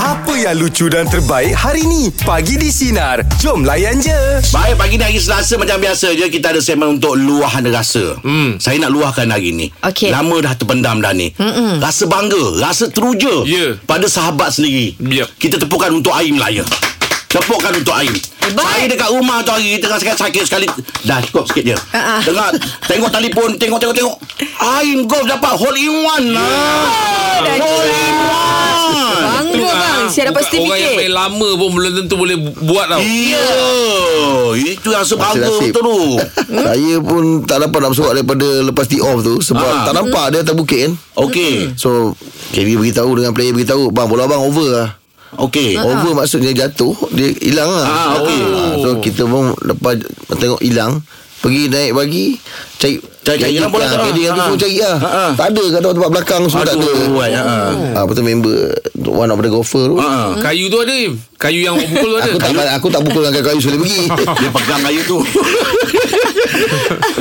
Apa yang lucu dan terbaik hari ni? Pagi di Sinar. Jom layan je. Baik, pagi ni hari Selasa macam biasa je Kita ada segmen untuk luahan rasa hmm. Saya nak luahkan hari ni Okey. Lama dah terpendam dah ni Mm-mm. Rasa bangga, rasa teruja Ya. Pada sahabat sendiri Ya. Kita tepukan untuk air Melaya Tepukan untuk air Hebat. Saya dekat rumah tu hari Tengah sakit, sakit sekali Dah cukup sikit je Ah, ah. Tengok, tengok telefon Tengok, tengok, tengok Air golf dapat hole in one Ya. lah dah Hole in one Bangga bang Saya dapat Bukan- Orang yang sertifikat paling lama pun belum tentu boleh buat tau. Iya Ya. Itu rasa Nasib, bangga nasib. betul tu Hmm? Saya pun tak dapat nak bersorak daripada lepas tee off tu sebab Ah. tak nampak dia atas bukit kan. Okey So KB beritahu dengan player beritahu Bang bola abang over lah Okey Over maksudnya jatuh Dia hilang lah Ah, okey. Ah, So kita pun Lepas tengok hilang Pergi naik pagi Cari Cari- cari hilang bola ah, tak lah. KD yang tu Ah. semua cari lah Ah, ah. Tak ada kat tempat belakang Semua tak ada Aduh, buat, ah, ah. Ah, Lepas tu member One of the golfer tu Ha. Hmm. Kayu tu ada Im. Kayu yang awak pukul tu ada. Aku tak aku tak pukul dengan kayu sekali pergi. Dia pegang kayu tu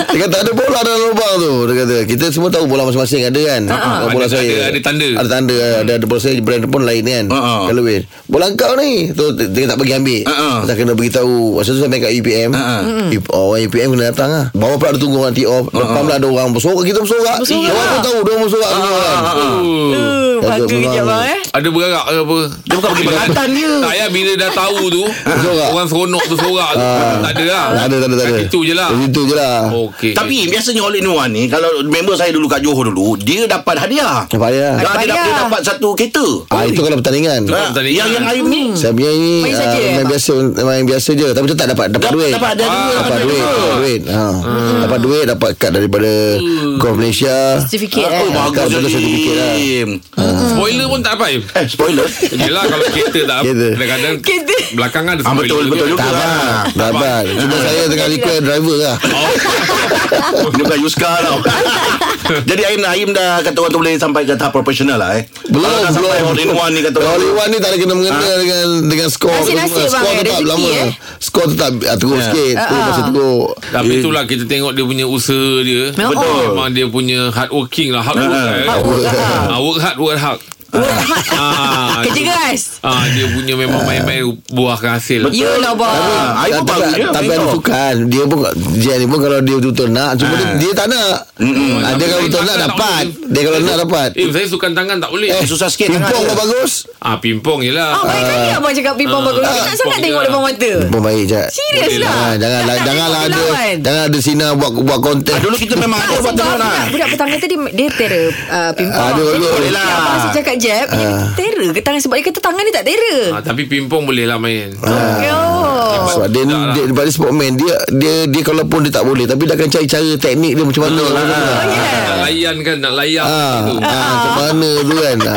Dia kata ada bola dalam lubang tu Dia kata Kita semua tahu bola masing-masing ada kan Kalau Ada- bola Ha, ada- saya ada- ada tanda. Hmm. Ha, Ada tanda Ada, ada bola saya Brand pun lain kan Ha-ha. Kalau weh Bola kau ni tu, dia- Dia tak pergi ambil ha. Ha-ha. Kita kena beritahu Masa tu saya main kat E UPM Ha-ha. If- Orang UPM kena datang lah Bawah pula ada tunggu orang tee Ha, off Depan pula ada orang bersorak Kita bersorak Ya, Bersorak. Orang lah. pun tahu Dia orang Ha, bersorak semua kan Oh. Eh, Bangga Datuk kejap bang. bang eh Ada berarak ke apa? Dia bukan pergi perkataan dia Ha. Tak payah bila dah tahu tu Bersorak. Orang seronok tu sorak tu Ah. Tak ada lah Tak ada tak ada tak ada Kat situ je lah Itu je lah Okey Tapi biasanya all in one ni Kalau member saya dulu kat Johor dulu Dia dapat hadiah Tak Dia, payah dia, hadiah. dia dapat satu kereta Ah, Itu kalau pertandingan Betul. ha, pertandingan. Yang yang air ni Saya punya ni Main ah, saja, eh, Main Abang? biasa Main biasa je Tapi tu tak dapat Dapat Dapat- duit dapat ada dua, Dapat dapat duit dua. Dapat duit ha. Dapat duit Dapat kad daripada Golf Malaysia Sertifikat Oh eh bagus Dapat jadi sertifikat lah. hmm. Spoiler pun tak apa Im. Eh spoiler Yelah kalau kereta tak Kereta. Kadang-kadang Kereta. Belakang ada Ah, betul, spoiler betul juga. juga. Tak Ah, dapat Dapat Cuma saya tengah request driver lah Dia bukan Yuska tau Jadi Aim dah Aim dah kata orang tu boleh sampai ke tahap profesional lah eh belum, Kalau dah belum. sampai all in one ni kata orang All in tu. one ni tak ada kena mengena dengan dengan skor Nasib-nasib apa bang, eh, semua. Skor tu tak rezeki, lama eh. Skor tu tak ah, teruk sikit Tu masih teruk Tapi itulah kita tengok dia punya usaha dia Memang. Betul. Memang dia punya hard working lah Hard work Ah. lah Hard work lah. Ah, Work hard Work hard Ah, Kerja tu. keras Ah, Dia punya memang main-main Buahkan hasil lah. Yelah bang Ah, Aim pun Tak- tak- bagus je Tapi main ada golf. sukan Dia pun Dia ni pun kalau dia betul-betul nak Cuma dia, dia tak nak Ah, Dia Tapi kalau main betul nak tangan tak dapat boleh. Dia kalau nak dapat Eh saya sukan tangan tak boleh Eh, susah sikit Pimpong tangan kau dia. bagus Ah pimpong je lah Ah, baik kali abang cakap pipang bagus. Aku tak sangat pipang tengok je. depan mata. Pimpong baik je Serius Boleh lah. Jangan Ah, jangan Tak nak janganlah tengok ada lawan. Ah, jangan ada sina buat buat konten. Ah, Dulu kita memang ada buat Sebab tangan lah budak, budak petang tadi dia terror uh, pimpong. Ah, dia Jadi bagus. Boleh lah. yang Abang asyik cakap jab, uh. terror ke tangan sebab dia kata tangan dia tak terror. ah, Tapi pimpong boleh lah main Yo. Ah, Ah, Sebab dia ni dia daripada sportman dia dia dia kalau pun dia tak boleh tapi dia akan cari cara teknik dia macam mana. macam mana. Nak layan kan Nak layan Ha, gitu. ha, macam mana tu kan. Ha.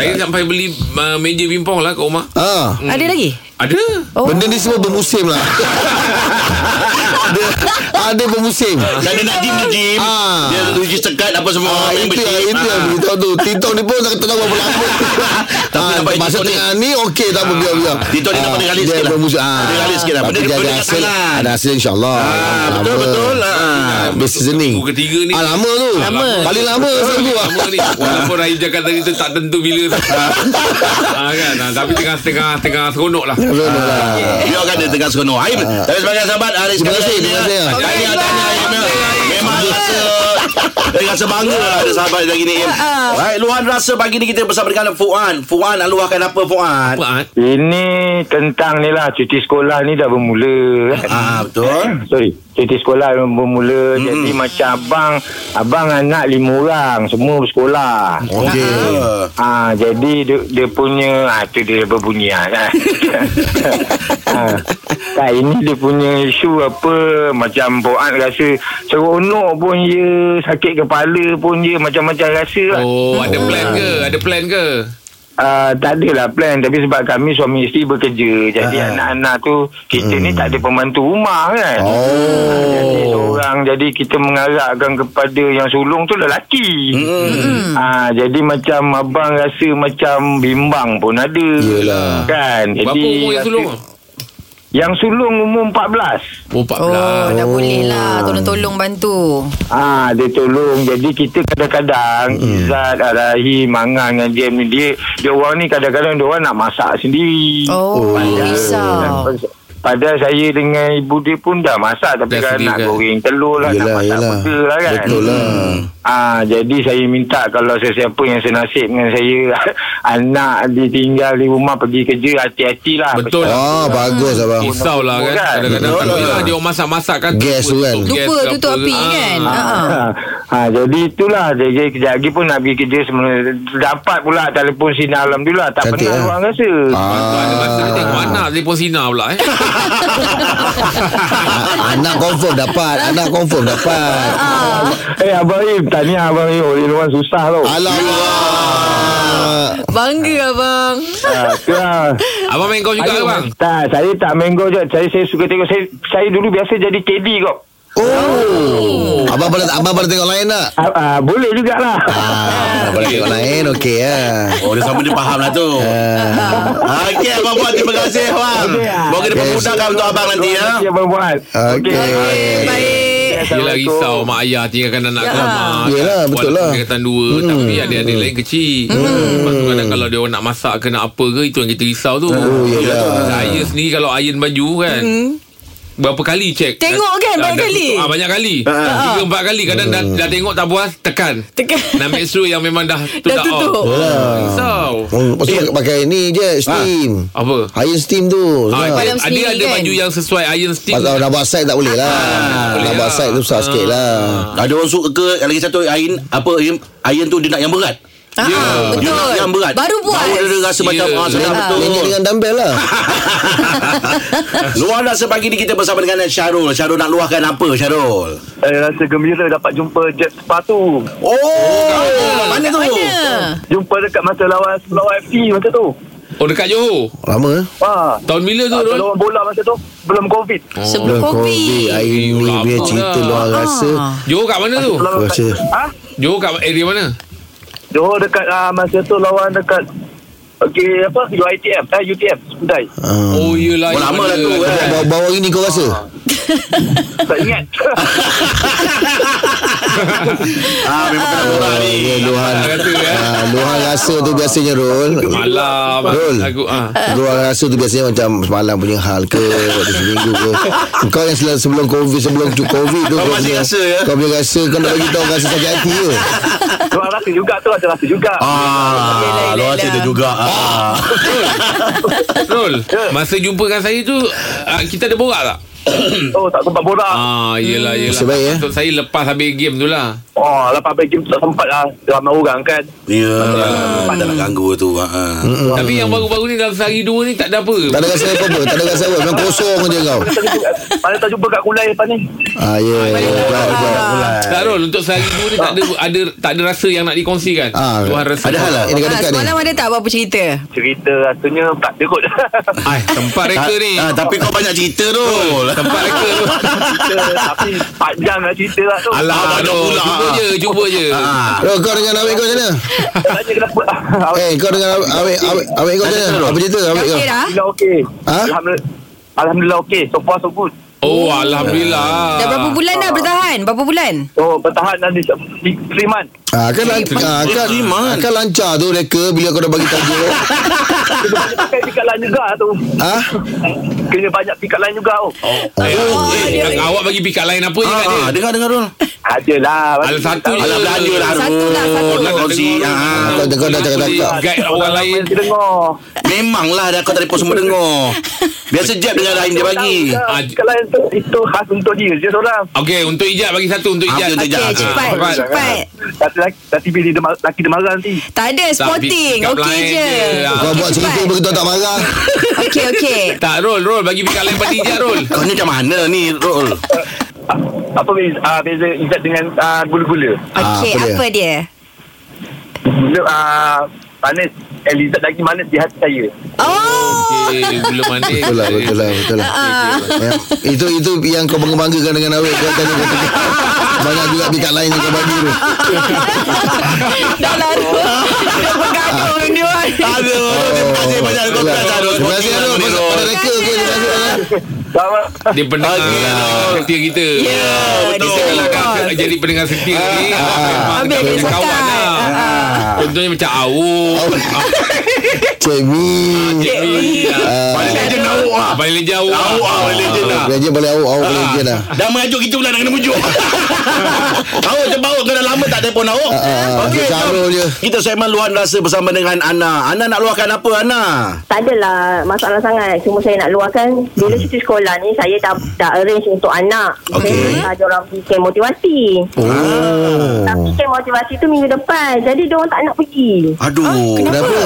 Saya sampai beli uh, Meja pimpong lah kat rumah Ha. Ada lagi? Ada Oh. Benda ni semua bermusim lah. ada ada bermusim. Dan dia nak gym dia gym Ah. Dia register card apa semua Ah, itu membership. yang itu yang Ah. beritahu tu. TikTok ni pun tak tahu apa lama. Tapi Ah, nampak masa TikTok ni. tengah ni okey tak apa biar biar. TikTok ni nampak dia kali sikit lah. bermusuh. Ah. Dia kali sikit lah. Tapi Benda dia dia ada dekat hasil. tangan. Ada hasil insya-Allah. Ah, betul betul. Ah. Habis seasoning. Buku ketiga ni Ah, lama tu. Lama. Paling lama sebelum tu. lah. Lama ni Walaupun Rahim cakap tadi tu Tak tentu bila ah, kan? Ah, Tapi tengah Tengah tengah seronok lah Ah, Biarkan Ah. dia tengah seronok Aib Tapi sebagai sahabat Hari Terima sekali kasih, ini, terima kasih. ah, Tahniah Okey, Tahniah Aib bye. Memang rasa Saya rasa bangga lah Ada sahabat lagi Ah, ni Aib Baik Luan rasa pagi ni Kita bersama dengan Fuan Fuan nak luahkan apa Fuan Apa ah? Ini tentang ni lah cuti sekolah ni dah bermula kan. Ah betul Sorry, cuti sekolah dah bermula. Hmm. Jadi macam abang, abang anak lima orang, semua bersekolah. Okey. Ah. Ah, jadi dia, dia punya ah tu dia berbunyi ah. ah. Tak ini dia punya isu apa macam Boat rasa seronok pun ya, sakit kepala pun ya, macam-macam rasa lah. Oh ada plan ke Ada plan ke Uh, tak adalah plan Tapi sebab kami suami isteri bekerja Jadi anak-anak tu Kita ni tak ada pembantu rumah kan Oh. Jadi seorang Jadi kita mengarahkan kepada Yang sulung tu lelaki hmm. ha, Jadi macam Abang rasa macam bimbang pun ada Yelah. Kan Berapa umur yang rasa- sulung Yang sulung umur 14. Oh, 14. Oh, dah boleh lah Tolong-tolong bantu Ah, dia tolong. Jadi kita kadang-kadang hmm. Izzat, Rahim, Mangan dengan Jem ni dia dia orang ni kadang-kadang dia orang nak masak sendiri. Oh, risau Padahal saya dengan ibu dia pun dah masak tapi Dah kan sedia nak kan? goreng telur lah, Yelah, nak masak yelah. peka lah kan. Betul lah. Ah, jadi saya minta kalau sesiapa yang senasib dengan saya anak ditinggal di rumah pergi kerja hati-hatilah. Betul lah. Ah, bagus abang. Risau lah kan Bukan. Kadang-kadang Betul tak boleh lah. lah Dia orang masak-masak kan Gas tu kan. gas Lupa ke tutup apa api ke. kan Ah. ha. Ha, ha, jadi itulah jadi kejap lagi pun nak pergi kerja semula dapat pula telefon sinar alhamdulillah tak Cantik, pernah eh? orang rasa. Ah. Masa ada masa dia tengok Ah. anak telefon Sina pula eh. Ah, Anak confirm dapat Anak confirm dapat Ah, Eh Abang Im Tahniah Abang Im Oh, Orang luar susah tau Alamak Bangga abang ha, tu lah. Abang main kau juga ke bang? Tak Saya tak main go je Saya, saya suka tengok saya, saya dulu biasa jadi KD kok Oh Abang pernah, abang pernah tengok lain tak? ha, ha, Boleh jugalah Ah, abang pernah tengok lain Okey ya Oh, dia sama dia faham lah tu. Ah, Okey, abang buat terima kasih, abang. Okey, ah. Moga dia Yes. permudahkan untuk abang nanti, ya. Ah. Terima kasih Abang Buat Okey. Okey, baik Yelah risau Mak ayah tinggalkan anak Ya. ke rumah Yelah, Walaupun betul lah. Hmm. Tinggalkan dua Tapi adik-adik lain kecil Lepas tu kadang kalau dia orang nak masak Ke nak apa ke Itu yang kita risau tu Oh, ya, yelah. Saya sendiri kalau iron baju kan Berapa kali cek Hmm. Tengok kan, Ah, banyak dah- kali. ah, Banyak kali Tiga empat kali Kadang dah, Hmm. dah tengok tak puas Tekan Tekan. Nak make sure yang memang dah tu Dah tutup. Ah, Risau Hmm, Lepas tu pakai- pakai ni je Steam Apa Iron steam tu Ah, Senang. dia, Padam dia sendiri ada kan? baju yang sesuai iron stick Pasal nak buat side tak boleh lah boleh Nak buat lah. side tu susah sikit lah Ada orang suka ke lagi satu ain apa ain, ain tu dia nak yang berat. Ah, Ya. Dia Betul nak yang berat. Baru buat Baru dia rasa Ya. macam ah senang Main- betul. Main dia dengan dumbbell lah Luar rasa pagi ni kita bersama dengan Syarul. Syarul nak luahkan apa Syarul? Saya rasa gembira dapat jumpa Jet Sepatu Oh, mana tu? Jumpa dekat masa lawan Lawan FT masa tu Oh dekat Johor Lama eh? Ha Tahun bila tu Ah, Rol? Lawan bola masa tu Belum COVID Sebelum Covid COVID Hari ni Lama punya cerita lah. luar rasa Ah. Johor kat mana tu? Aku rasa Ha? Johor kat area mana? Johor dekat uh, masa tu lawan dekat Okay, apa UITM eh, UTM Sundai Ah. Oh yelah Oh, yang lama mana lah tu, kat eh. sana. Bawa- Bawa ini kau rasa? tak ingat Ah, memang kena borak ni. Ya, Luhan Kata, eh. Ah, Luhan rasa tu biasanya Rol Malam Rol. Aku ah. Luhan rasa tu biasanya macam Semalam punya hal ke Waktu seminggu ke Kau yang selalu sebelum covid Sebelum tu covid tu Kau masih punya- rasa, ya? Kau punya rasa Kau nak bagi tahu rasa sakit hati ke Luar rasa juga tu ada rasa juga Ah, Yelah, luar yelah. rasa dia juga. Ah. Rol Masa jumpa dengan saya tu ah, Kita ada borak tak? Oh tak sempat borak Ah, yelah, yelah. Nasib baik, eh. Maksud saya lepas habis game tu lah. Oh lepas bagi tak sempat lah Ramai orang kan Ya, tak nak ganggu tu. Ah, ah. Tapi yang baru-baru ni dalam sehari dua ni tak ada apa. Tak ada rasa apa-apa Tak ada rasa apa Memang kosong je kau Mana tak jumpa kat Kulai lepas ni Ah ya Buat buat Tak Rol, untuk sehari dua ni tak ada ada tak ada rasa yang nak dikongsikan. Ah, Tuhan rasa. Ada hal lah Ini Ah, dekat-dekat ni Semalam ada tak apa-apa cerita Cerita rasanya tak ada kot Ai, tempat reka ni. Ah, tapi kau banyak cerita tu. Tempat reka tu. Cerita Tapi panjang lah cerita lah tu Alah, Ah, banyak Rol, pula. cuba je, cuba je. Ah. Rol kau dengan awet kau macam mana? Tanya kenapa Eh kau dengan awet- awet awet- awet kau macam mana? Apa ya? cerita Dah awet kau? okey dah Alhamdulillah okey Ha? Alhamdulillah Alhamdulillah okey So far so good Oh, alhamdulillah. Dah berapa bulan dah bertahan Berapa bulan So bertahan dan di 3 months Ah, kan, lan- ah, kan, Iman. kan lancar tu reka bila kau dah bagi tajuk. Kena banyak pakai pikat lain juga tu ah? Kena banyak pikat lain juga tu oh. Eh, Oh, eh, dia- eh, awak bagi pick up lain apa je kat dia? kan Ah, dengar dengar Rul. Adalah Al satu je. Alah belanja lah Satu lah, satu. Rul. Kau si ah. Kau- kau dah cakap-cakap. Guide orang lain. Kita dengar Memanglah dah kau telefon semua dengar. Biasa jap dengan Rahim dia bagi. Ah, Ah, Kalau itu, itu khas untuk dia je seorang. Okey, untuk Ijat bagi satu untuk Ah, Ijat. untuk Ijat. Ah, Okey cepat cepat. Cepat Nanti laki- nanti bila dia ma- laki dia marah nanti. Tak ada sporting pick up Okey line je dia. Ah, Kau Okey, buat cerita cepat. begitu tak marah. Okey okey Tak, roll, roll. Bagi pick up lain pada Ijat, roll. Kau ni macam mana ni Rul? Ah, Apa beza, ah, beza Izzat dengan ah, gula-gula? Okey Ah, apa dia? apa dia Gula ah, manis. Eh, Izzat lagi manis di hati saya. Oh Okey, gula manis. Betul lah, betul lah, betul lah. Ya, itu itu yang kau bangga-banggakan dengan awet kau tadi kau cakap. Banyak juga pikat lain yang kau bagi tu. Ah. Dah lah Dah bergaduh orang dia Oh. Aduh, terima kasih banyak Tahniah Kau Oh, lah. tak Terima tahu kasih Arul Terima Pasal pada kasih reka ke Terima kasih Arul Sama. Dia pendengar lah. Okey, Arul. setia kita Ya, betul. dia selalu call. Kalau jadi pendengar setia Ah, ni Memang Ambil tak dia punya kawan sekat. lah Ah, Contohnya macam Awu Cik Mi Paling legend awak lah Paling lejauh Awak lah paling legend lah Raja boleh awak Awak boleh je lah Dah mengajuk kita pula nak kena mujuk Awak sebab awak kau dah lama tak telefon awak ah, Okey macam Arul jom je. Kita segmen luahan rasa bersama dengan Ana Ana nak luahkan apa Ana? Tak adalah masalah sangat. Cuma saya nak luahkan bila cuti sekolah ni saya dah dah arrange untuk anak. Okey. Saya ada orang pergi camp motivasi. Oh Tapi camp motivasi tu minggu depan. Jadi dia orang tak nak pergi. Aduh Ah, Ah, Kenapa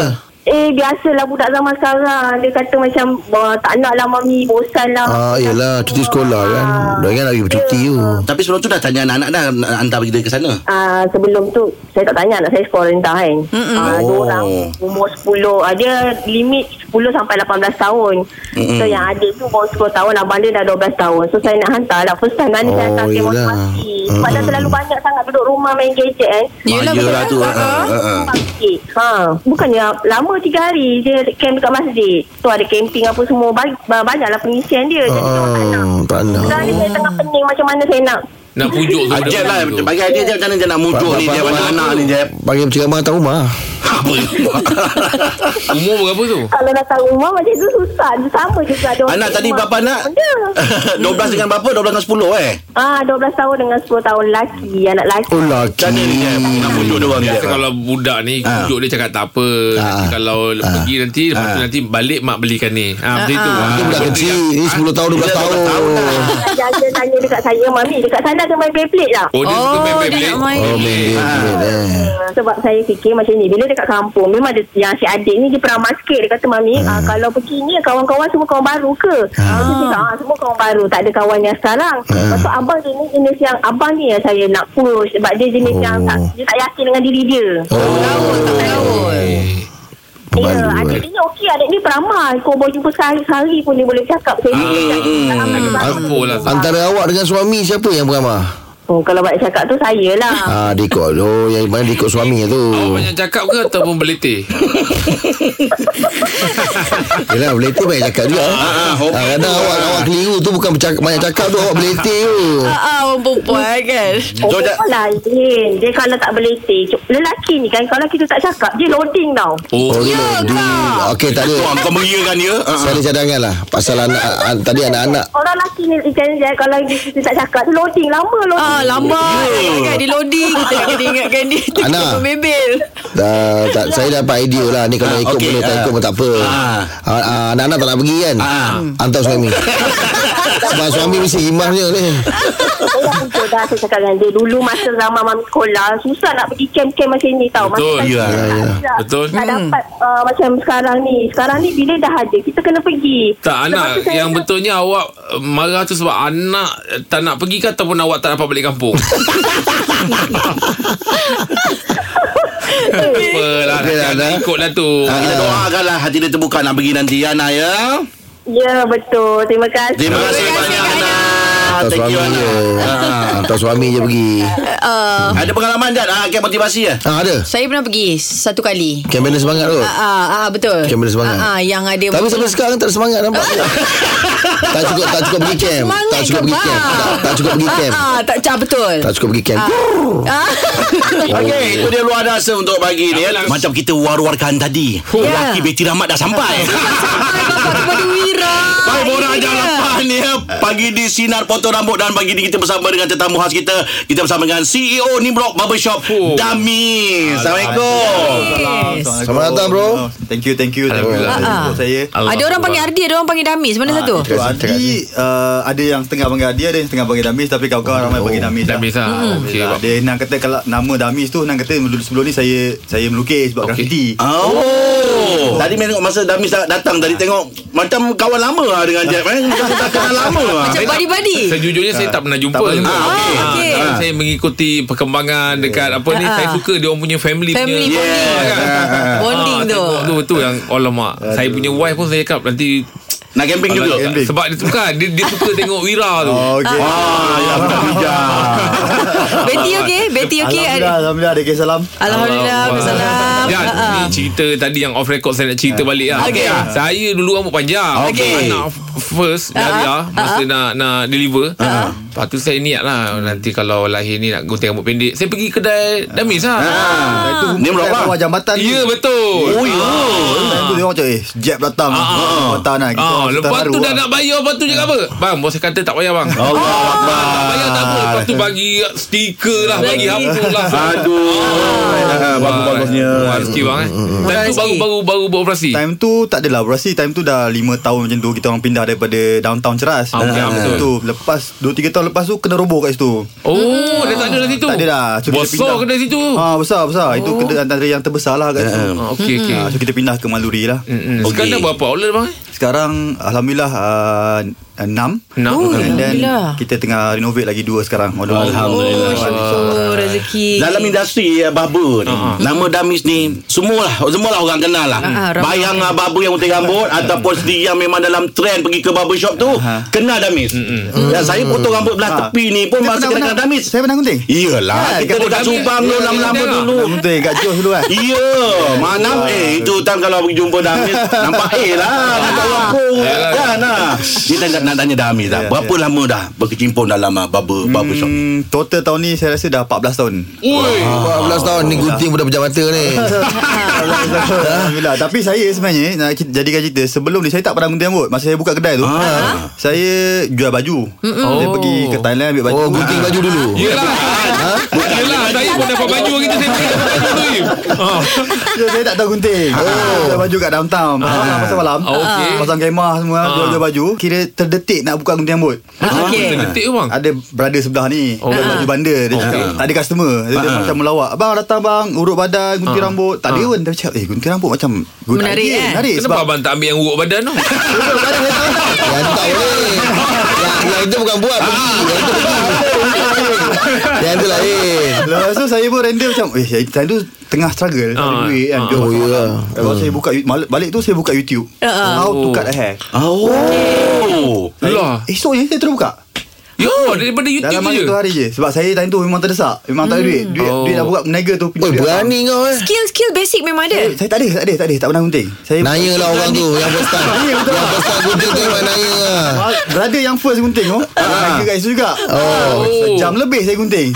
Eh biasalah budak zaman sekarang dia kata macam "Wah, tak nak lah mami bosan lah. Ah, yelah cuti sekolah kan. Dah kan lagi bercuti tu. Tapi sebelum tu dah tanya anak-anak dah nak hantar pergi dia ke sana. Ah sebelum tu saya tak tanya anak saya sekolah rendah kan. Ah dua Oh. orang umur 10 ah, dia limit 10 sampai 18 tahun. So yang adik tu baru 10 tahun, abang dia dah 12 tahun. So saya nak hantar lah first time kan oh, saya Oh, hantar dia yelah. motivasi. Sebab dah terlalu banyak sangat duduk rumah main gadget kan. Yelah betul Mayalah lah tu. ah, Ah, ah, ah. Masjid. Ha, bukannya lama tiga hari dia camp dekat masjid. Tu ada camping apa semua ba- ba- banyaklah pengisian dia. Jadi dia orang tak nak. Ah, tak nak. Sekarang ni saya tengah pening macam mana saya nak Nak pujuk tu Ajak lah benda-benda tu. Bagi ajak dia macam mana dia nak mujuk Faham, ni Dia faham, mana faham. anak ni dia Bagi berceramah hantar rumah. Apa Umur berapa tu? Kalau datang rumah macam tu susah. Dia sama juga. dia orang Anak kat tadi rumah. berapa anak? Benda. 12 dengan berapa? 12 dengan 10 eh Ah, 12 tahun dengan 10 tahun lelaki. Anak lelaki. Oh Macam mana ni laki. dia Nak mujuk dia orang ni Biasa Jeb? kalau budak ni Ah. Pujuk dia cakap tak apa Nanti Ah. Kalau pergi nanti Lepas tu nanti balik Mak belikan ni ha, Macam itu Ini budak kecil. Ini 10 tahun 12 tahun. Dia ada tanya dekat saya, Mami, dekat sana ada main Beyblade tak? Ah, Oh dia suka Oh, main dia Beyblade nak main. Oh, main game, main game, eh. Sebab saya fikir macam ni Bila dekat kampung Memang ada yang si adik ni Dia peramah sikit Dia kata Mami ah, Kalau pergi ni Kawan-kawan semua kawan baru ke ah. Dia cakap ah, Semua kawan baru Tak ada kawan yang sekarang Lepas tu abang dia ni Jenis yang Abang ni yang saya nak push Sebab dia jenis Oh. yang tak, Dia tak yakin dengan diri dia Oh. Lawan tak ah. lawan Eh, Eh, Ya, Baru, adik eh. dia ni okey. Adik dia peramah. Kau boleh jumpa sehari-hari pun dia boleh cakap. Saya ni cakap. dalam masa baru. Campur lah Antara awak dengan suami siapa yang beramah? Oh, kalau baik cakap tu saya lah. Ah, Dikot. Oh, yang mana Dikot suami tu. Awak banyak cakap ke Ataupun berletih Yelah, beletih banyak cakap juga. eh. ah, hobi Ah, kadang awak awak keliru tu bukan bercakap, banyak cakap tu awak beletih tu. Ah, ah, orang perempuan kan So, Oh, dah- lain. Dia kalau tak berletih. Cuk- Lelaki ni kan kalau kita tak cakap, dia loading tau. Oh Oh, Ya, dia di. Okey, tak ada. Tuan kau meriakan dia Ah, Saya ada cadangan lah Pasal anak an- Tadi anak-anak Orang lelaki ni ikan dia kalau dia- kita tak cakap, dia loading lama loading. Ah, lambat kan Dia loading Kita kena ingatkan dia Kita Ana. kena membebel dah, tak, Saya dapat idea lah Ni kalau Ah, ikut okey, boleh Tak ah. ikut pun tak apa Ah. Ah, ah, Anak-anak tak nak pergi kan Ah. Hantar suami Sebab suami mesti himahnya ni Saya dah betul dah saya cakap dengan dia. Dulu masa zaman mami sekolah, susah nak pergi camp-camp macam ni tau. Masa Betul tak- Ya Ya, ya. tak- Betul. Tak dapat uh, macam sekarang ni. Sekarang ni bila dah ada, kita kena pergi. tak anak tu saya Yang nak- betulnya awak eh, Marah tu sebab anak eh, Tak nak pergi ke Ataupun awak tak dapat balik kampung Apalah Okey, Ah, Ana. okay, Ikutlah tu Kita doakanlah hati dia terbuka nak pergi nanti ya Ana ya. Ya, betul. Terima kasih. Terima kasih banyak Ana. Hantar Ah, Thank suami you je Ah, Ana. Hantar suami je pergi Ah, Ada pengalaman Jad ah, Camp motivasi ya? ah, Ada Saya pernah pergi Satu kali Kamera semangat tu Ah, ah, ah, betul Camp mana semangat? Ah, ah, Yang ada Tapi sampai sekarang tak ada semangat nampak Tak cukup tak cukup pergi camp Ah. Semangat Tak cukup ke, pergi Bang? camp Tak, tak cukup pergi camp Ah, ah, tak cak betul Tak cukup pergi Oh, camp Ah. Okey, Eh, itu dia luar rasa untuk pagi ni. ya. Macam kita war-warkan tadi. Ya. Laki Betty Rahmat dah sampai. Sampai kepada Wira Ah, Baik, borak Itu ajar dia. lapan ya. Pagi di Sinar Potong Rambut dan pagi ni kita bersama dengan tetamu khas kita. Kita bersama dengan CEO Nimrok Barbershop, Oh. Dami. Assalamualaikum. Yes. Ah, Selamat datang, bro. Thank you thank you Thank you Alhamdulillah. atas jemput saya Ada orang panggil Ardi Ada orang panggil Damis Mana satu? Itu Adi uh, Ada yang setengah panggil Adi Ada yang setengah panggil Damis Tapi kawan-kawan ramai panggil Damis Dah habis lah Okey, Dia, dia nak kata kalau nama Damis tu nak kata dulu- sebelum ni saya saya melukis buat Okey. graffiti. Oh. Tadi main tengok masa Damis dah- datang tadi tengok macam kawan lama lah dengan Jeb eh. Macam dah kenal lama lah. Macam body-body Sejujurnya saya tak pernah jumpa. Tak pernah Ah, jumpa. okey. Ah, okey. Ah, Saya mengikuti perkembangan dekat apa ni. Ah, ah. Saya suka dia orang punya family, Family punya. bonding Ah, kan? Bonding Ah, tu tengok tu tu yang alamak. Saya punya wife pun saya cakap nanti Nak camping juga Camping. Sebab dia bukan Dia, dia suka tengok Wira tu Oh, okey. Ah, ya betul bijak Betty okey? Betty okey? Alhamdulillah, alhamdulillah ada kes salam. Alhamdulillah. Ah, Alhamdulillah. Ya, ni cerita tadi yang off record saya nak cerita balik lah. Okey. Saya dulu rambut panjang. Okey. Anak f- first Ah, Daria masa nak nak deliver. Lepas tu saya niat lah nanti kalau lahir ni nak gunting rambut pendek. Saya pergi kedai damis lah. Itu Ni berapa? kat Oh. bawah jambatan. Ya betul. Ah. Oh ya Time tu dia orang cakap Eh jab datang Jambatan lah Kita Ah, orang lepas sultan tu baru Oh, dah lah. nak bayar Lepas tu cakap apa Bang bos saya kata tak payah bang Ah, Allah Tak Akbar payah tak apa Lepas tu bagi stiker lah Bagi Bagi. apa lah Aduh Ah, Bagus-bagusnya Wah, Rezeki bang eh Time tu Rezeki. baru baru baru beroperasi Time tu tak adalah operasi Time tu dah 5 tahun macam tu Kita orang pindah daripada Downtown Ceras Ah, okey, ah, Macam betul. tu Lepas 2-3 tahun lepas tu Kena roboh kat situ Oh dia tak ada dah situ Tak ada dah So, kita Besar pindah. kena situ Ah besar besar. Itu kedai antara yang terbesar lah kat situ. Ah, Okey okey Ah, so kita pindah ke Maluri lah. Mm-mm. Okey. Sekarang dah berapa outlet bang? eh? Sekarang alhamdulillah uh, 6 Enam. Oh, And then Alhamdulillah. kita tengah renovate lagi dua sekarang. Alhamdulillah. Oh, syukur rezeki. Dalam industri ya, barber ni Nama Damis ni Semualah Semualah orang kenal lah Ah, ah, ramai Bayang lah barber yang gunting rambut Ataupun sendiri yang memang dalam trend Pergi ke barber shop tu Kenal Damis Dan saya potong rambut belah Ah. tepi ni pun Saya Masa pernah kena kenal gunting. Damis Saya pernah gunting. Iyalah Kita kat dekat Damis. Subang tu Ya, Lama-lama ya, ya. dulu Pernah gunting kat Jos dulu kan. Ya Mana Eh itu time kalau jumpa Damis Nampak eh lah Nampak orang pun Kan lah Dia tak nak- nak tanya Damis dah Ya, Berapa lama dah Berkecimpung dalam ah, barber barber shop ni Hmm, total tahun ni saya rasa dah 14 tahun. Ui 14 Ah, tahun ni gunting budak pejam mata ni. Alhamdulillah Tapi saya sebenarnya Nak ki- jadikan cerita Sebelum ni saya tak pernah gunting rambut Masa saya buka kedai tu Ah. Saya jual baju Oh. Saya pergi ke Thailand ambil baju Oh, gunting baju dulu. Yelah Ha? Yelah Saya pun dapat baju Kita saya pun dapat baju tu Im. Ah. Dia saya tak tahu gunting. Oh. Jual baju kat downtown. Malam pasal malam. Ah, okey. Pasang kemah semua Ah. jual-jual baju. Kira terdetik nak buka gunting rambut. Okey. Terdetik ke bang Ada brother sebelah ni oh. Baju bandar Dia cakap Tak ada customer Dia, Ah. dia macam melawak Abang datang bang Urut badan Gunting rambut Tak ada pun Dia cakap Eh gunting rambut macam good Menarik, idea, eh? Menarik Kenapa sebab abang tak ambil yang urut badan tu Yang tu tak boleh. Yang, yang itu bukan buat Ah. pergi. Yang itu pergi. Yang tu lain. Lepas tu saya pun random macam Eh time tu tengah struggle Tak ada Ah. duit kan Dia Oh, masuk ya. malam. Lepas tu saya buka mal- Balik tu saya buka YouTube How to cut a hair Ah, Oh Lah Esoknya saya terus buka Yo Ya, daripada Dalam YouTube masa je tu hari je Sebab saya time tu memang terdesak Memang tak ada duit Duit, Oh. duit nak buka meniaga tu pinjam Oi, duit berani kau eh. Skill-skill basic memang abang. Eh, ada. Saya tak ada Tak ada tak ada Tak pernah gunting Saya Naya lah orang tu yang first time. Yang first time gunting tu memang naya lah. Ah, Brother yang first gunting tu Meniaga kat situ juga Ah, Oh. Sejam lebih saya gunting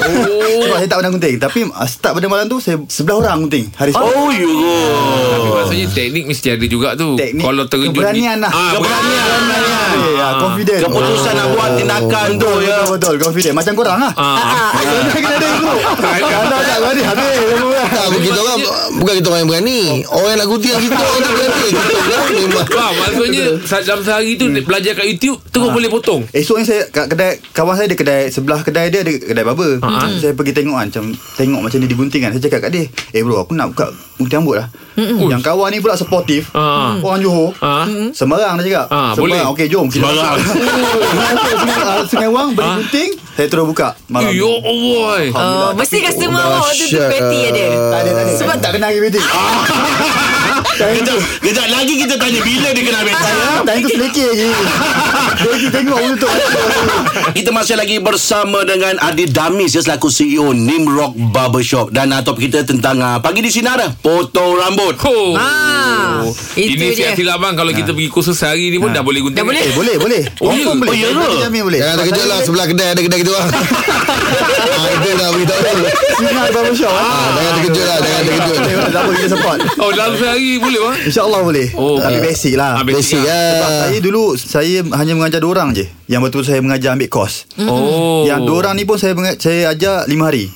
Sebab saya tak pernah gunting Tapi ah, start pada malam tu Saya sebelah orang gunting Hari oh. Oh you Tapi Oh. Maksudnya teknik mesti ada juga tu Teknik Kalau terjun Keberanian lah ah, Keberanian Keberanian ah, Confident Oh. Keputusan nak buat tindakan tu Betul, ya. betul, betul, confident Macam korang lah ah. Kena kena ada ikut Kalau tak berani Habis semua orang. Tak, Ha, bukan kita orang bukan kita orang yang berani. Orang yang nak gunting yang kita orang tak berani. Kita Oh, orang memang. Wah, Ah, maksudnya sa- dalam sehari tu belajar kat YouTube terus boleh potong. Esoknya saya kat kedai kawan saya ada kedai sebelah kedai dia ada kedai barber. Ha-ha. Saya pergi tengok kan macam tengok macam dia digunting kan. Saya cakap kat dia, "Eh bro, aku nak buka gunting rambut lah." Yang kawan ni pula supportive. Ha. Orang Johor. Ha. Sembarang dia cakap. Ha, boleh. Sembarang. Okey, jom kita. Sembarang. Masuk sungai, ah, sungai Wang beli Ha. gunting, saya terus buka malam. Ya Allah. eh. Oh, mesti customer awak waktu tu dahsyat. Betty ada. Tak ada, Ah, tak ada. Sebab- Sebab tak kenal LGBT. Kejap, kejap lagi kita tanya bila dia kena ambil saya. Time tu selekeh lagi. Dia pergi tengok untuk Kita masih lagi bersama dengan Adi Damis ya, selaku CEO Nimrock Barbershop dan uh, topik kita tentang uh, pagi di sinar dah, potong rambut. Oh. Ah, itu Ini dia. siap silap bang kalau kita pergi kursus sehari ni pun dah boleh gunting. Dah boleh? Eh, boleh, boleh. Oh, ya? Confirm boleh. Oh, ya ke? Saya jamin boleh. Jangan tak Sebab kerja saya- lah Sebelah kedai ada kedai kita orang ha, Itu nak beritahu Sinar barbershop. ha, Jangan terkejut lah Jangan terkejut Tak apa kita support Oh, dalam sehari boleh bang. InsyaAllah boleh Oh, oh, Tapi okey. basic lah Ah, basic Basic lah. lah Sebab saya dulu Saya hanya mengajar dua orang je Yang betul saya mengajar ambil kos Oh. Hmm. Yang dua orang ni pun Saya menga- saya ajar lima hari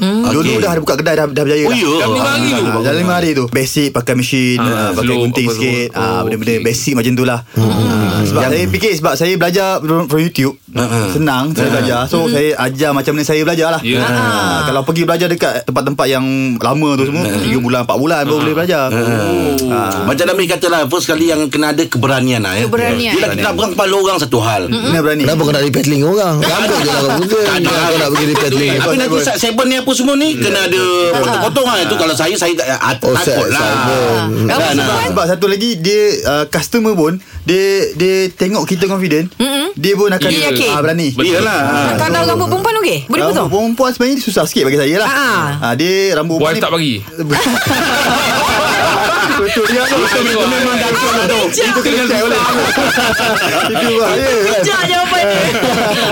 Dulu Okey. dah buka kedai Dah, dah berjaya Oh, ya. Dah dah. lima hari tu. Ah, Dalam lima hari tu Basic pakai mesin Ah, ah, Pakai slope, gunting apa sikit semua. ah, Oh, Benda-benda okey. Hmm, basic macam tu lah Ah, Sebab saya fikir Sebab saya belajar From from YouTube Ha, Senang saya belajar So Hmm. saya ajar Macam mana saya belajar lah Ya. Ah, Kalau pergi belajar dekat Tempat-tempat yang Lama tu semua Ha. Tiga bulan empat bulan Baru boleh belajar Oh, Ah. Macam Damis kata lah First kali yang kena ada keberanian lah ya. Keberanian. Yelah kita nak berang kepala orang satu hal Kena berani Kenapa kau nak repatling orang Rambut je lah kau buka Kenapa kau nak pergi repatling Tapi nanti set seven ni apa apa semua ni kena ada potong-potong kan. Ah. Itu kalau saya saya tak Oh, takut saya- lah. saya pun. Ramai Kan, sebab ah. Sebab satu lagi dia uh, customer pun dia dia tengok kita confident, mm-hmm. dia pun akan Dia yakin. ah, berani. Betul. Iyalah. Ah, Kalau rambut perempuan okey? Boleh potong? Oh. Rambut perempuan sebenarnya dia susah sikit bagi saya lah. Ah, ah. Ah, dia rambut Wife perempuan tak bagi Betul dia tu. Itu Ah, memang- memang dah betul lah tu. Itu kena kan? check balik. Itu bahaya. Kejap jawapan dia.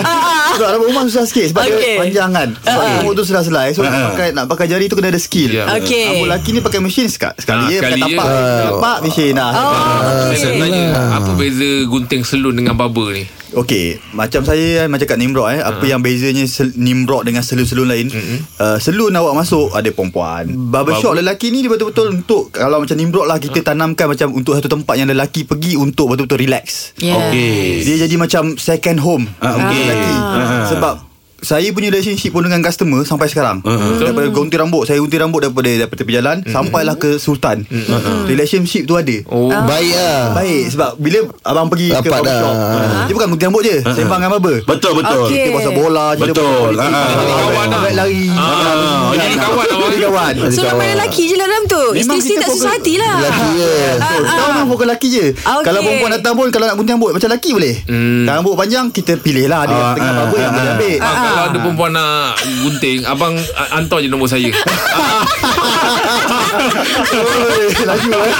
Ah, ah. Sebab rambut perempuan susah sikit sebab Okey. dia panjang kan. Sebab Ah. rambut tu selai-selai. So nak pakai nak pakai jari tu kena ada skill. Ya. Okey. Rambut lelaki ni pakai mesin sekali sekali Ah, je pakai sekali je. tapak. Tapak mesin lah. Oh, Saya okey. nak tanya Apa beza gunting selun dengan barber ni Okey, macam saya kan, macam kat Nimrod eh, Ah. apa yang bezanya sel- Nimrod dengan selun-selun lain? Mm-hmm. Uh, selun awak masuk ada perempuan. Barbershop Barber- Ah. lelaki ni dia betul-betul untuk kalau macam Nimrod lah kita tanamkan macam untuk satu tempat yang lelaki pergi untuk betul-betul relax. Yeah. Okey. Dia jadi macam second home Ah, okey. untuk lelaki. Ah. Sebab saya punya relationship pun dengan customer sampai sekarang. Hmm. Uh-huh. Daripada gunting rambut, saya gunting rambut daripada daripada tepi jalan uh-huh. sampailah ke sultan. Uh-huh. Relationship tu ada. Oh Baik lah Baik sebab bila abang pergi ke Rapat barbershop, dah. uh-huh. dia bukan gunting rambut je, Hmm. uh-huh. sembang dengan barber. Betul betul. Okey. Kita pasal bola cerita Betul. pasal politik, Ah, ah, pasal kawan, ah. Orang lari Ah, Jadi kawan awak Jadi kawan So ramai lelaki je lah dalam tu Isteri-isteri kita tak susah fokus- eh. hati lah Lelaki je So, Kita memang fokus lelaki je Ah, Kalau okey. perempuan datang pun Kalau nak gunting rambut Macam lelaki boleh Kalau rambut panjang Kita pilih lah Dia Ah, tengah ah, barber yang ah, boleh ambil Ah, kalau ada perempuan nak gunting Abang ah, hantar je nombor saya Oi, Laju eh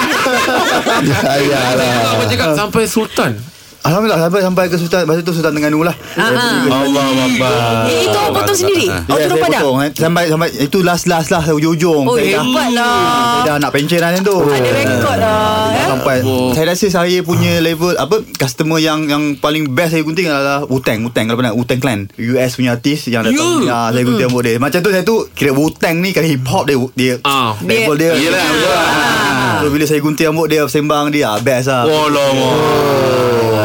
Ayalah Abang cakap sampai Sultan Alhamdulillah sampai sampai ke Sultan Masa tu Sultan Tengganu lah Allah Akbar. Eh, Itu orang potong sendiri Ya, Ah, Oh saya turun padang potong, eh. Sampai sampai Itu last last lah Ujung-ujung Oh Saya dah- hebat saya lah Dah nak pencen lah macam tu Ada rekod lah Dah eh. sampai Oh. saya rasa saya punya level apa customer yang yang paling best saya gunting adalah Wu-Tang Wu-Tang kalau pernah Wu-Tang Clan US punya artis yang Ya. datang yeah. saya gunting Hmm. rambut dia macam tu saya tu kira Wu-Tang ni kan hip hop dia dia Ah. level dia Yelah, betul lah. so bila saya gunting rambut dia sembang dia ah, best lah Oh,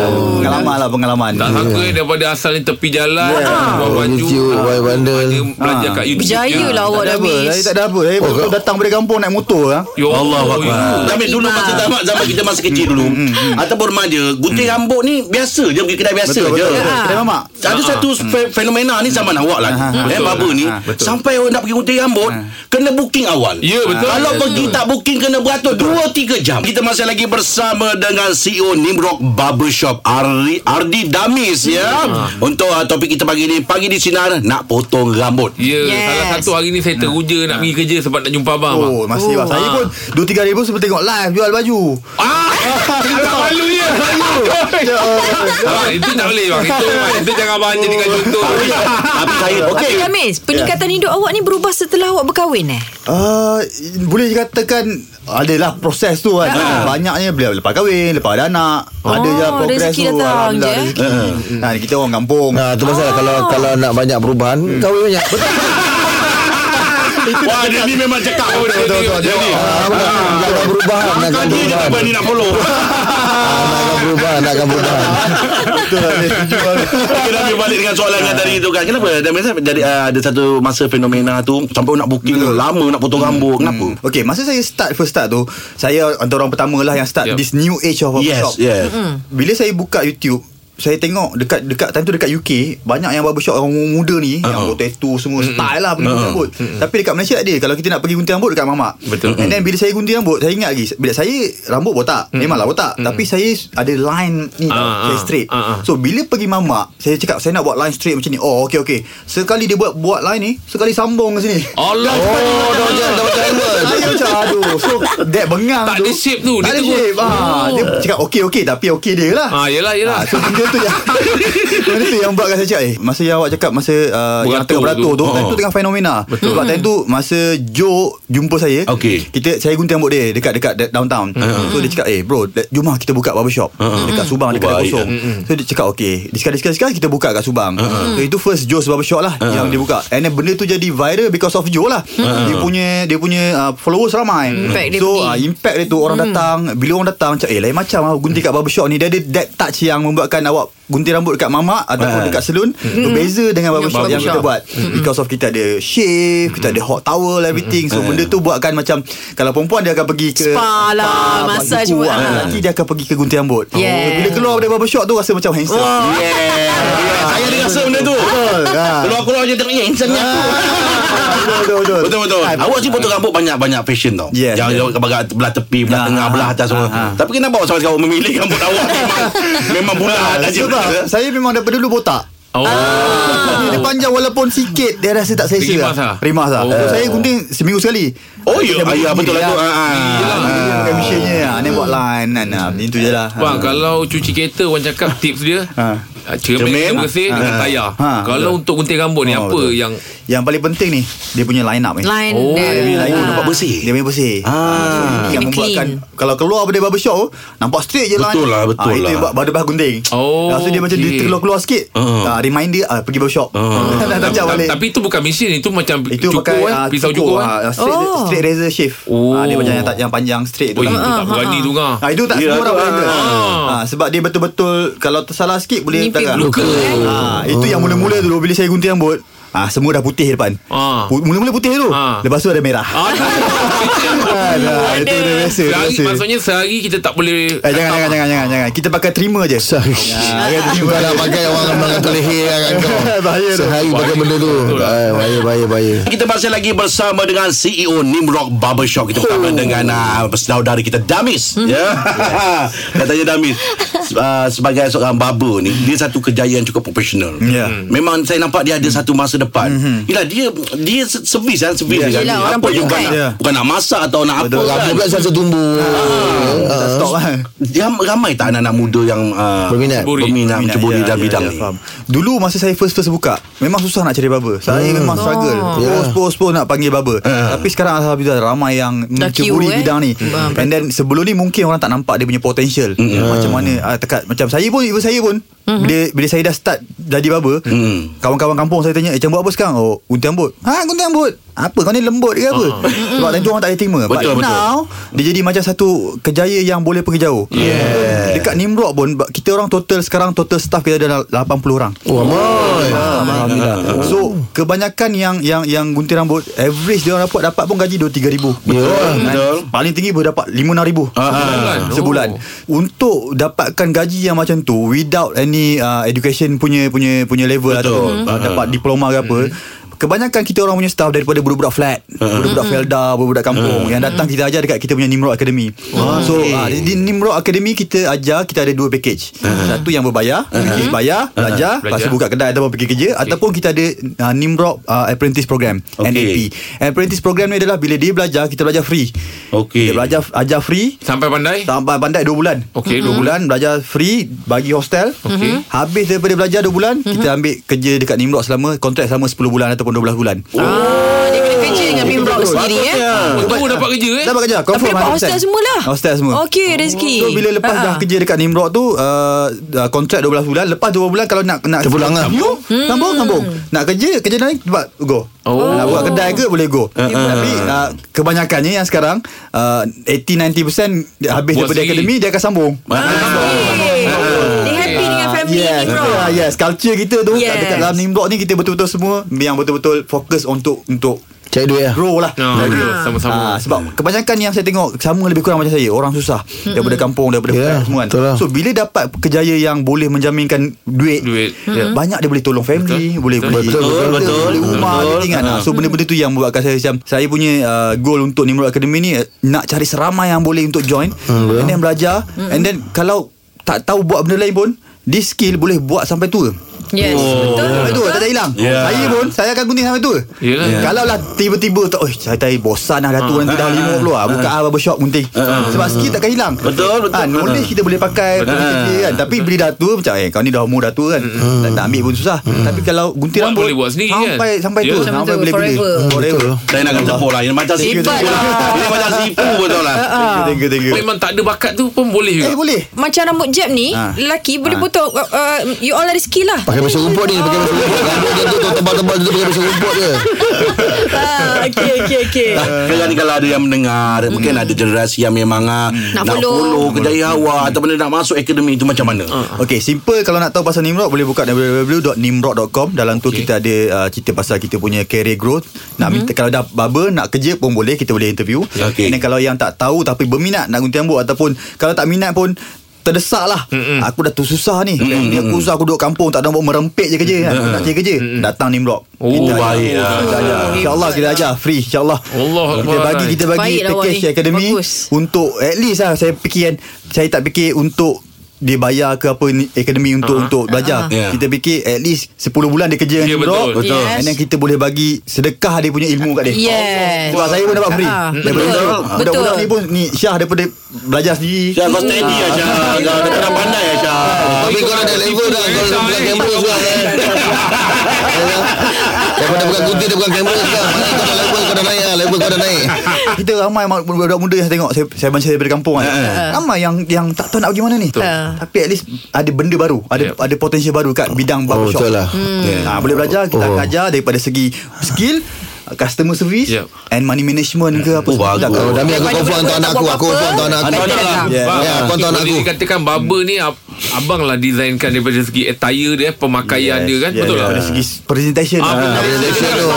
Hmm. pengalaman lah pengalaman Tak sangka eh Daripada asal ni tepi jalan yeah. Buat baju ah, YouTube, buat bandel. Belanja, belanja kat YouTube Ya. Berjaya lah awak ada dah apa saya miss tak ada apa Oh, saya betul datang dari kampung naik motor lah Ya Allah Akbar. Tapi dulu Iman. masa zaman, zaman kita masa kecil dulu Hmm, ataupun remaja, gunting rambut ni biasa je pergi kedai biasa betul je. Ha. betul, betul. kedai mamak Hmm. Ada satu fe- fenomena ni zaman awak lah Eh Betul. baba ni Ha, Sampai orang nak pergi gunting rambut Kena booking awal Ya, betul. Kalau Betul. pergi tak booking Kena beratur 2-3 jam Kita masih lagi bersama Dengan CEO Nimrod Barbershop Ardi, Ardi Damis ya Hmm. Untuk uh, topik kita pagi ni Pagi di Sinar Nak potong rambut Ya yes. Yes. Salah satu hari ni Saya teruja nak pergi kerja Sebab nak jumpa abang abang. Oh, masih lah. Saya pun 2-3 hari pun sebelum tengok live jual baju. Ah, tak malu ya. Ah, itu tak boleh bang. Itu itu jangan abang jadikan contoh. Tapi, tapi saya Tapi Okey Damis Peningkatan Ya. hidup awak ni Berubah setelah awak berkahwin eh Uh, boleh dikatakan adalah proses tu kan. Ha. Banyaknya bila lepas kahwin, lepas ada anak, oh, ada je lah Oh, progres rezeki tu. datang Alhamdulillah, je, eh. rezeki. Ha, kita orang kampung. Nah, tu pasal lah, Ah. kalau kalau nak banyak perubahan, kahwin banyak. Betul. Wah dia ni memang cakap pun Dia Betul, ni betul, macam ni. Ah, bukan, Nakkan perubahan, nakkan Makan dia je tak perubahan. berani nak follow Ah, Nakkan perubahan, nakkan perubahan. Betul lah, dia setuju lah. Kita ambil balik dengan soalan yang tadi tu kan Kenapa Dan biasa Dari uh, ada satu masa fenomena tu Sampai nak booking Lama nak potong Hmm. rambut Kenapa Okay, masa saya start first start tu, saya antara orang pertama lah yang start Yup. yep. this new age of barbershop. Ya. Yes Yes Bila saya buka YouTube saya tengok dekat dekat time tu dekat UK banyak yang barbershop orang muda ni uh-huh. yang buat tattoo semua uh-huh. style lah pergi gunting rambut. Tapi dekat Malaysia tak ada. Kalau kita nak pergi gunting rambut dekat mamak. Betul. And then bila saya gunting rambut saya ingat lagi bila saya rambut botak memanglah botak tapi saya ada line ni tau, Ah, saya ah, straight. ah, ah. So bila pergi mamak saya cakap saya nak buat line straight macam ni. Oh okey okey. Sekali dia buat buat line ni sekali sambung ke sini. Allah. Oh, dah macam dah macam Emel. Saya macam aduh So that bengang Tak tu ada shape tu, dia Tak ada tu- shape ha, Dia cakap okey okey Tapi okey dia lah Ah, yelah yelah. Ah, so benda tu yang Benda tu yang buatkan saya cakap eh, Masa yang awak cakap Masa uh, Beratur yang tengah beratur tu. tu Time Oh. tu tengah fenomena Betul. Sebab time tu Masa Joe jumpa saya Okey. kita, Saya gunting rambut dia Dekat dekat de- downtown Hmm. So dia cakap eh bro let- Jom lah kita buka barbershop Dekat Subang Dekat Oh, baik. Hmm, kosong So dia cakap okay Discuss-discuss Kita buka kat Subang So itu first Joe's barbershop lah Yang Hmm. dia buka And then benda tu jadi viral Because of Joe lah Dia punya Dia punya uh, followers ramai Impact dia pergi. So ah, Hmm. lah, impact dia tu orang datang bila orang datang macam eh lain macam ah gunting kat barbershop ni dia ada that touch yang membuatkan awak gunting rambut dekat mamak ataupun Ah. dekat salon Hmm. berbeza dengan barbershop yang kita Barbershop. buat because of kita ada shave kita ada hot towel everything so Hmm. Eh. benda tu buatkan macam kalau perempuan dia akan pergi ke Spa lah, buat massage kuku, pun. ah, Ah. lelaki dia akan pergi ke gunting rambut Oh. Yeah. bila keluar dari barbershop tu rasa macam handsome Yeah. Saya ada rasa benda tu. Hmm. ah. Keluar-keluar je tengok "Eh, Handsome ni aku betul betul betul, Ah. Betul betul. Awak sih potong rambut banyak-banyak fashion tau. Yes, Jangan yes. yeah. bagai belah tepi, belah Ah, tengah, ah, belah atas semua. Tapi kenapa awak sampai sekarang memilih rambut awak memang memang bulat aja. Ah, sebab saya memang daripada dulu botak Oh. Ah. Dia, dia panjang walaupun sikit Dia rasa tak selesa Rimas lah. ah? Rimas lah Oh. So saya gunting seminggu sekali Oh ya, ah, ya betul lah tu. Ah, ah. Dia pakai mesinnya ah, Dia buat line kan ah, Itu je lah Bang, kalau cuci kereta orang cakap tips dia Ha. ah, cermin, Cermin. cermin bersih dengan Ha. tayar. Ha. Kalau untuk gunting rambut ni Oh, apa betul. yang Yang paling penting ni Dia punya line up ni Line Oh, dia. Dia punya line up nampak bersih. Dia punya bersih ah. Yang Lebih membuatkan Kalau keluar daripada barbershop Nampak straight je line Betul lah, betul Ah, Itu lah. yang buat bahan gunting Oh, Lepas tu dia macam okey. Dia keluar-keluar sikit Ah. ah, Remind dia ah, Pergi barbershop Dah tajam tapi, balik tapi itu bukan mesin itu macam itu cukur pakai eh? kan, ah, pisau cukur kan. ah, straight, Oh. straight razor shave Oh. Ah, Dia macam yang, ta- yang panjang straight tu Oi, lah. Oh, itu tak berani tu ah. ngah. Ha, itu tak Ya, semua orang tu, boleh ah. ada. Ha, sebab dia betul-betul kalau tersalah sikit boleh Mimpi Ah. darah. luka. Ha, itu yang mula-mula dulu bila saya gunting rambut. Ah ha, semua dah putih depan. Ah. Pu- Mula-mula putih tu. Ah. Lepas tu ada merah. Ha. Ah, dah, itu dah biasa. dah Sehari, biasa. maksudnya sehari kita tak boleh Eh, jangan, jangan, jangan, jangan, jangan. Kita pakai terima je. Ah, kan, terima. Kau nak pakai orang orang kata leher lah kat kau Bahaya tu. Sehari pakai benda tu Ah, Bahaya bahaya bahaya Kita masih lagi bersama dengan CEO Nimrock Barbershop. Kita bersama Oh. dengan uh, saudara kita Damis. Hmm. Ya. Katanya Damis uh, sebagai seorang barber ni dia satu kejayaan cukup profesional. Hmm. Ya. Hmm. Memang saya nampak dia ada satu masa depan. Yalah dia dia se- servis kan servis Ya. kan. Yelah, orang Apa juga perlukan. nak, Ya. bukan nak masak atau nak apa Betul. kan. Rambut kan selalu tumbuh Ah. Tak stop lah. Dia ramai tak anak-anak muda yang uh, Berminat. berminat menceburi dalam bidang ni. ya, lah. faham. Dulu masa saya first first buka Memang susah nak cari barber Saya memang struggle oh. Post post post nak panggil barber Ah. Tapi sekarang Alhamdulillah Ramai yang Dah queue, menceburi eh? bidang ni Hmm. And then sebelum ni Mungkin orang tak nampak Dia punya potential Macam mana ah, tekat, Macam saya pun Even saya pun Mm-hmm. bila, bila saya dah start Jadi barber Hmm. Kawan-kawan kampung saya tanya Eh macam buat apa sekarang Oh gunting rambut Ha gunting rambut Apa kau ni lembut ke apa Sebab time tu orang tak boleh terima Betul, betul. But now Dia jadi macam satu Kejaya yang boleh pergi jauh yeah. Dekat Nimrod pun ba- Kita orang total Sekarang total staff kita ada 80 orang Oh amoy Alhamdulillah So kebanyakan yang Yang yang gunting rambut Average dia orang dapat Dapat pun gaji 2-3 ribu Ya Betul. Paling tinggi boleh dapat 5-6 ribu Sebulan. Ah, sebulan. Oh. Untuk dapatkan gaji yang macam tu without any uh, education punya punya punya level Betul. atau Ah, uh, dapat diploma ke apa. Kebanyakan kita orang punya staff daripada budak-budak flat, Ha, budak-budak felda, budak-budak kampung yang datang kita ajar dekat kita punya Nimrod Academy. Ah, So uh, di Mm. di Nimrod Academy kita ajar kita ada dua package. Satu yang berbayar, pergi Mm. bayar, belajar, lepas Belajar. tu buka kedai ataupun pergi kerja ataupun kita ada uh, Nimrod uh, Apprentice Mm. Program, Okey. NAP. Apprentice Program ni adalah bila dia belajar kita belajar free. Okey. Dia belajar ajar free sampai pandai. Sampai pandai 2 bulan Okey, dua 2 bulan Belajar free Bagi hostel Okey. Habis daripada belajar 2 bulan Kita ambil kerja dekat Nimrod selama Kontrak selama 10 bulan Ataupun 12 bulan Ah, dia boleh kerja dengan Bimbrock Oh. betul. sendiri eh. Oh, tu dapat kerja eh. Dapat kerja Tapi Confirm dapat 100%. hostel semua lah. Hostel semua Oh, Okey, rezeki. Ah, So bila lepas Ha-ha. dah kerja dekat Nimrod tu uh, uh, Kontrak 12 bulan Lepas 2 bulan Kalau nak nak Terpulang lah. Sambung Sambung Sambung Nak kerja Kerja lain Buat go Oh. Nak buat kedai ke Boleh go Tapi Ha. uh, Kebanyakannya yang sekarang uh, 80-90% dia Habis Buat sendiri. daripada akademi Dia akan sambung Hey. Dia happy dengan family Ah, yes, ni bro. betul lah, Yes, culture kita tu yes. Yes. dekat dalam Nimrod ni kita betul-betul semua yang betul-betul fokus untuk untuk Cari duit lah grow lah. Ah, betul. Sama-sama. Ah, Hmm. sebab kebanyakan yang saya tengok sama lebih kurang macam saya, orang susah daripada kampung, daripada Yelah, yeah, semua kan. betul lah. So bila dapat kerjaya yang boleh menjaminkan duit, Duit. yeah. banyak dia boleh tolong family, Betul. boleh Betul. beli Betul, betul, kereta, betul. beli rumah, Betul. everything kan. Ah, So benda-benda tu yang membuatkan saya macam saya punya uh, goal untuk Nimrod Academy ni eh, nak cari seramai yang boleh untuk join Hmm, and then belajar and then kalau tak tahu buat benda lain pun this skill boleh buat sampai tua. Yes, oh. betul. Sampai tua tak, betul. tak hilang Yeah. Ya. yeah. Saya pun Saya akan gunting sampai tua Hmm. Yelah. yeah. Kalau lah tiba-tiba tak, Oh saya tak bosan lah Datuk nanti Hmm. dah 50 lah Buka ah, barbershop gunting Sebab skill takkan hilang Betul, betul. ha, Knowledge kita boleh pakai boleh kerja kan. Tapi bila dah tua Macam eh kau ni dah umur dah tua kan Nak, nak ambil pun susah Tapi kalau gunting Buat rambut boleh buat sendiri kan. Sampai sampai Yeah. tu Macam Sampai tu, boleh gunting forever. Forever Saya nak kata bola yang macam sipu. Hebat lah. lah. Dia macam sipu betul lah. Thank you thank you Memang tak ada bakat tu pun boleh juga. Eh boleh Macam rambut jab ni Ha. Lelaki boleh Ha. potong uh, uh, You all ada skill lah Pakai Pasal rumput ni Dia pakai pasal rumput Rambut dia tu Tebal-tebal Dia pakai pasal rumput je Ah, okey okey okey. Sekarang ni kalau ada yang mendengar hmm. Mungkin ada generasi yang memang ah, Nak Nak follow. follow kedai awak Ataupun dia nak masuk akademi tu macam mana Okay simple Kalau nak tahu pasal Nimrod Boleh buka www.nimrod.com Dalam tu Okey. kita ada uh, Cerita pasal kita punya Career growth Nak minta Kalau dah baba Nak kerja pun boleh Kita boleh interview Ya, okey. And then kalau yang tak tahu Tapi berminat nak gunting rambut Ataupun Kalau tak minat pun Terdesak lah Mm-mm. Aku dah tu susah ni mm-hmm. Ni aku susah Aku duduk kampung Tak ada orang merempek je kerja kan. Aku nak cari kerja Datang Nimrod Oh, baik lah. kita ajar. InsyaAllah kita ajar Free insyaAllah Allah Kita Akbar. bagi Kita bagi Baiklah awak package ni. akademi Bagus. untuk at least lah saya fikir kan saya tak fikir untuk dia bayar ke apa ni akademi untuk uh-huh. untuk belajar. Ya. Uh-huh. Kita fikir at least 10 bulan dia kerja Ah. Ya, dengan betul. Nimrod. Betul. And then kita boleh bagi sedekah dia punya ilmu kat dia. Yes. Sebab saya pun dapat free. Ah, Daripada betul. Nimrod. Betul. Budak-budak ni pun ni Syah daripada belajar sendiri. Syah kau steady lah Syah Kau dah kena pandai lah Syah Tapi kau dah ada level dah Kau dah bukan kamera sekarang eh. Daripada bukan kunti Dia bukan kamera sekarang Mana Kau dah level Kau dah naik lah Level kau dah naik Kita ramai mak- budak-budak muda yang saya tengok saya, saya macam saya daripada kampung Eh, kan. Ramai yang yang tak tahu nak pergi mana ni. Ah. Tapi at least ada benda baru, ada Yep. ada potensi baru kat bidang Oh barbershop. betul lah Yeah. Ha, boleh belajar kita Oh. oh. ajar daripada segi skill customer service Yep. and money management ke apa Oh, semua. bagus. Oh, Kalau- Dami aku Daripada confirm hantar benda anak aku tak Aku buat confirm apa-apa, hantar anak aku Abang Better lah lah. Yeah. Abang. Yeah, kau hantar anak Boleh aku. dikatakan Barber ni ab- Abang lah designkan Daripada segi attire dia eh, Pemakaian dia kan Betul lah Daripada segi presentation. Ah, lah. betul. Presentation tu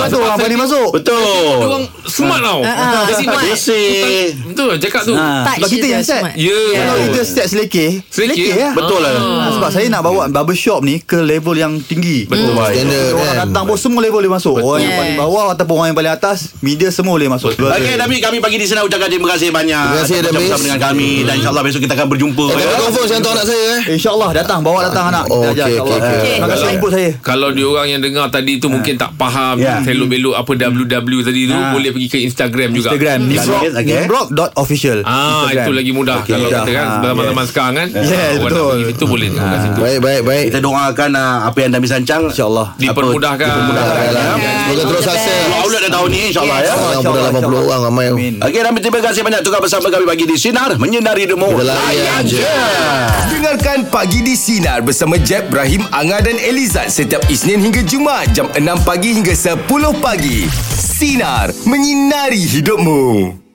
Ah, tu orang pandai Dia masuk. Betul orang smart tau ah, Dia smart. Basic Betul lah cakap tu eh. Ah, Touch sebab kita dia yang set. smart. Ya Kalau kita set selekeh, Selekeh, lah. Betul lah Ah, sebab saya nak bawa barbershop ni ke level yang tinggi. Betul Hmm. Standard Orang kan datang pun semua level boleh masuk. Orang yang Yes. paling bawah ataupun orang yang paling atas, media semua boleh masuk. Okey Dami kami pagi di sana ucapkan terima kasih banyak. Terima kasih, Atas Damis. bersama dengan kami dan insyaallah besok kita akan berjumpa. Eh, Tapi ya. confirm saya hantar anak saya eh Eh, InsyaAllah datang Bawa datang anak Oh, Kita ajar okey, insyaAllah okey, okey. Terima kasih Okey. input saya Kalau diorang yang dengar tadi Ah. tu Mungkin tak faham Ya. Selok-belok apa WW tadi tu Boleh pergi ke Instagram juga Hmm. Instagram Nimrod Okey. Nimrod dot official Ah Instagram. itu lagi mudah Okey. Kalau Mudah. kata kan Ah, Zaman-zaman yes. sekarang kan Yes, orang nak betul. Ah. pergi Itu boleh tengok kat situ Baik baik baik Kita doakan ah, apa yang Dami sancang InsyaAllah Dipermudahkan dipermudahkan. Baiklah. Ya. Semoga terus sukses Dua outlet dah tahun ni insyaallah ya. Orang pun dah 80 orang ramai Amin Okey Dami terima kasih banyak tukar bersama kami pagi di sinar menyinari demo. Kita layan je. Dengarkan Pagi di Sinar bersama Jeb, Ibrahim, Anga dan Elizad setiap Isnin hingga Jumaat jam 6 pagi hingga 10 pagi. Sinar, menyinari hidupmu.